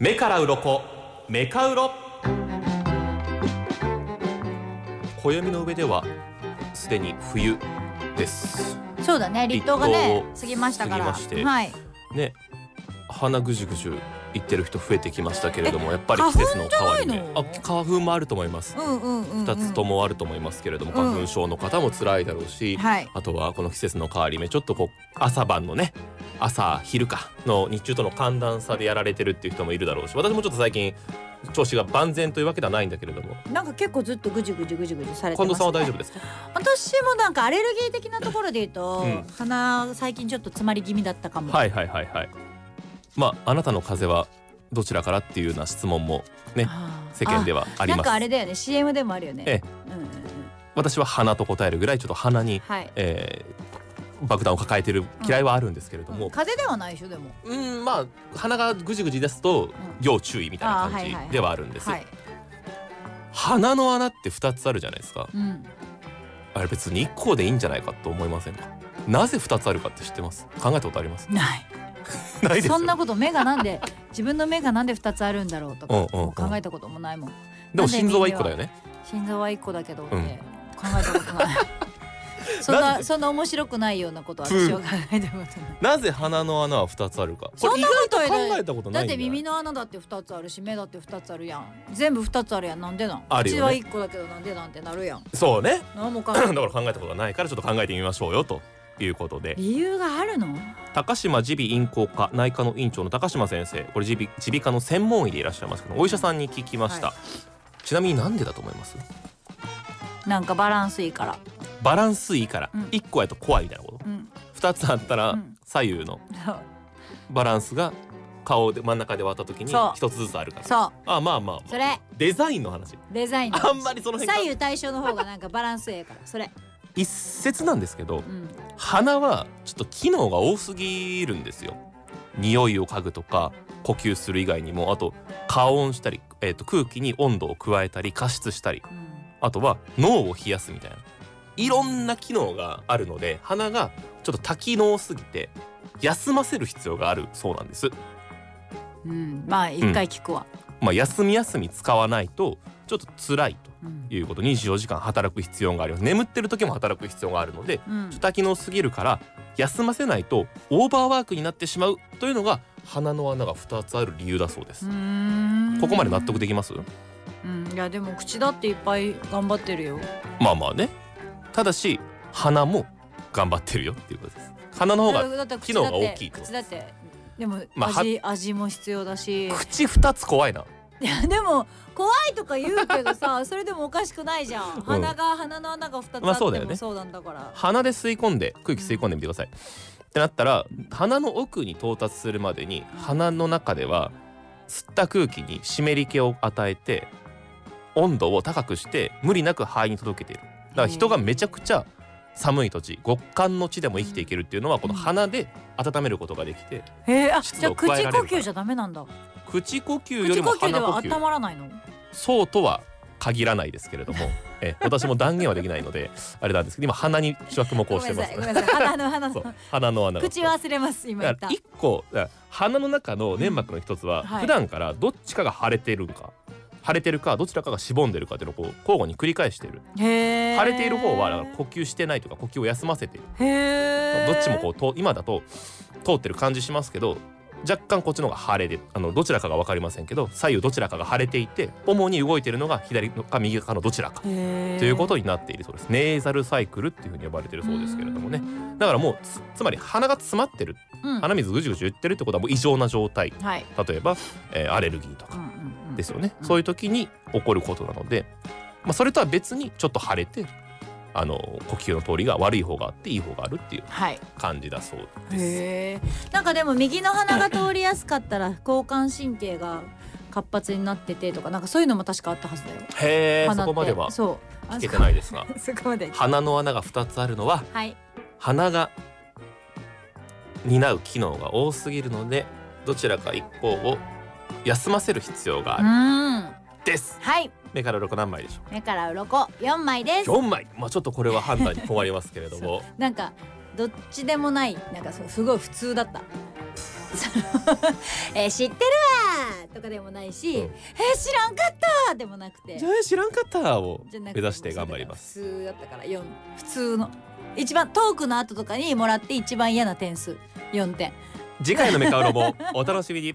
目から鱗メカウロ暦の上ではすでに冬ですそうだね立冬がね立冬過ぎましたから過ぎましてはいね鼻ぐじゅぐじゅ言ってる人増えてきましたけれどもやっぱり花季粉節の変わり目じゃないのあ花粉もあると思いますうんうんうん、うん、二つともあると思いますけれども、うん花粉症の方も辛いだろうし、はいあとはこの季節の変わり目ちょっとこう朝晩のね朝昼かの日中との寒暖差でやられてるっていう人もいるだろうし私もちょっと最近調子が万全というわけではないんだけれどもなんか結構ずっとぐじゅぐじゅぐじゅぐじゅされて近ま藤す、さね、んは大丈夫ですか私もなんかアレルギー的なところで言うと、うん鼻最近ちょっと詰まり気味だったかも、はいはいはいはいまああなたの風邪はどちらからっていうような質問もねあー世間ではありなまんすかあれだよね CM でもあるよねええうんうんうん、私は鼻と答えるぐらいちょっと鼻に、はいえー爆弾を抱えてる嫌いはあるんですけれども、風邪ではないでしょでもうん、まあ鼻がぐじぐじですと要注意みたいなあーはいはいは感いじではあるんです、はい、鼻の穴って2つあるじゃないですかうん、あれ別に1個でいいんじゃないかと思いませんかなぜ2つあるかって知ってます考えたことあり ますないないですよそんなこと目がなんで自分の目がなんで二つあるんだろうとかうんうんうんもう考えたこともないもんでも心臓は1個なんでだよね心臓は一個だけどって、うん考えたことない そんなんなでそんな面白くないようなことはプー私は考えたことないなぜ鼻の穴は2つあるかこれ意外と考えたことなだいんだってよ耳の穴だって二つあるし目だって二つあるやん全部二つあるやんなんでなんあるよねうちは一個だけどなんでなんてなるやんそうね 何も考だかえら考えたことがないからちょっと考えてみましょうよということで理由があるの高島耳鼻咽喉科内科の院長の高島先生これ耳鼻耳鼻科の専門医でいらっしゃいますけどお医者さんに聞きました、はちなみになんでだと思いますなんかバランスいいからバランスいいからうん1個やと怖いみたいなことうん2つあったうらん左右のそうバランスが顔で真ん中で割った時にそう1つずつあるからそうあまあまあそれデザインの話デザインのあんまりその辺が左右対称の方がなんかバランスええからそれ一説なんですけどうん鼻はちょっと機能が多すぎるんですよ匂いを嗅ぐとか呼吸する以外にもあと加温したり、えー、と空気に温度を加えたり加湿したりうんあとは脳を冷やすみたいないろんな機能があるので鼻がちょっと多機能すぎて休ませる必要があるそうなんですうんまあ一回聞くわまあ休み休み使わないとちょっと辛いうんということ24時間働く必要があります眠ってる時も働く必要があるのでうんちょっと多機能すぎるから休ませないとオーバーワークになってしまうというのが鼻の穴が2つある理由だそうです、ここまで納得でできますうんいやでも口だっていっぱい頑張ってるよまあまあねただし鼻も頑張ってるよっていうことです鼻の方がだって機口能だがって大きいってこと口だってでもまあは味味も必要だし口2つ怖いないやでも怖いとか言うけ どさそれでもおかしくないじゃん鼻が鼻の穴が2つあまあそうっだてよねもそうなんだから鼻で吸い込んで空気吸い込んでみてください、ってなったら鼻の奥に到達するまでに鼻の中では吸った空気に湿り気を与えて温度を高くして無理なく肺に届けているだから人がめちゃくちゃ寒い土地極寒の地でも生きていけるっていうのはこの鼻で温めることができてえー、あ湿じゃ度あを口呼加えられるから吸じゃダメなんだ口呼吸より口呼も吸で鼻呼は温吸まらないのそうとは限らないですけれどもえ私も断言はできないのであれなんですけど今鼻に着目ごをめしんてなまさすいごめんなさい鼻の鼻そうの鼻の穴が 口忘れます今言だっかたら一個だから鼻の中の粘膜の一つははい普段からどっちかが腫れてるか腫れてるかどちらかがしぼんでるかっていうのをこう交互に繰り返しているへー腫れている方はだから呼吸してないとか呼吸を休ませているへえどっちもこうと今だと通ってる感じしますけど若干こっちの方が腫れであのどちらかが分かりませんけど左右どちらかが腫れていて主に動いているのが左か右かのどちらかうへーということになっているそうですネーザルサイクルっていうふうに呼ばれてるそうですけれどもねだからもうつつまり鼻が詰まってるうん鼻水ぐじゅぐじゅ言ってるってことはもう異常な状態はい例えば、えーアレルギーとうんかうんうんですよね、うんそういう時に起こることなので、まあ、それとは別にちょっと腫れてあの呼吸の通りが悪い方があっていい方があるっていうはい感じだそうです。へえなんかでも右の鼻が通りやすかったら交感神経が活発になっててとかなんかそういうのも確かあったはずだよへえ鼻ってそこまでは聞そうあけてないいですがそこま で鼻の穴が2つあるのははい鼻が担う機能が多すぎるのでどちらか一方を休ませる必要がうあるんです。はい目から6何枚でしょう目から鱗四枚です4枚まあちょっとこれは判断に困りますけれどもなんかどっちでもないなんかそうすごい普通だった えー知ってるわーとかでもないし、うんえー知らんかったーでもなく てじゃあ知らんかったをじゃなく目指して頑張りますす普通だったから4普通の一番トークの後とかにもらって一番嫌な点数4点次回のメカウロもお楽しみに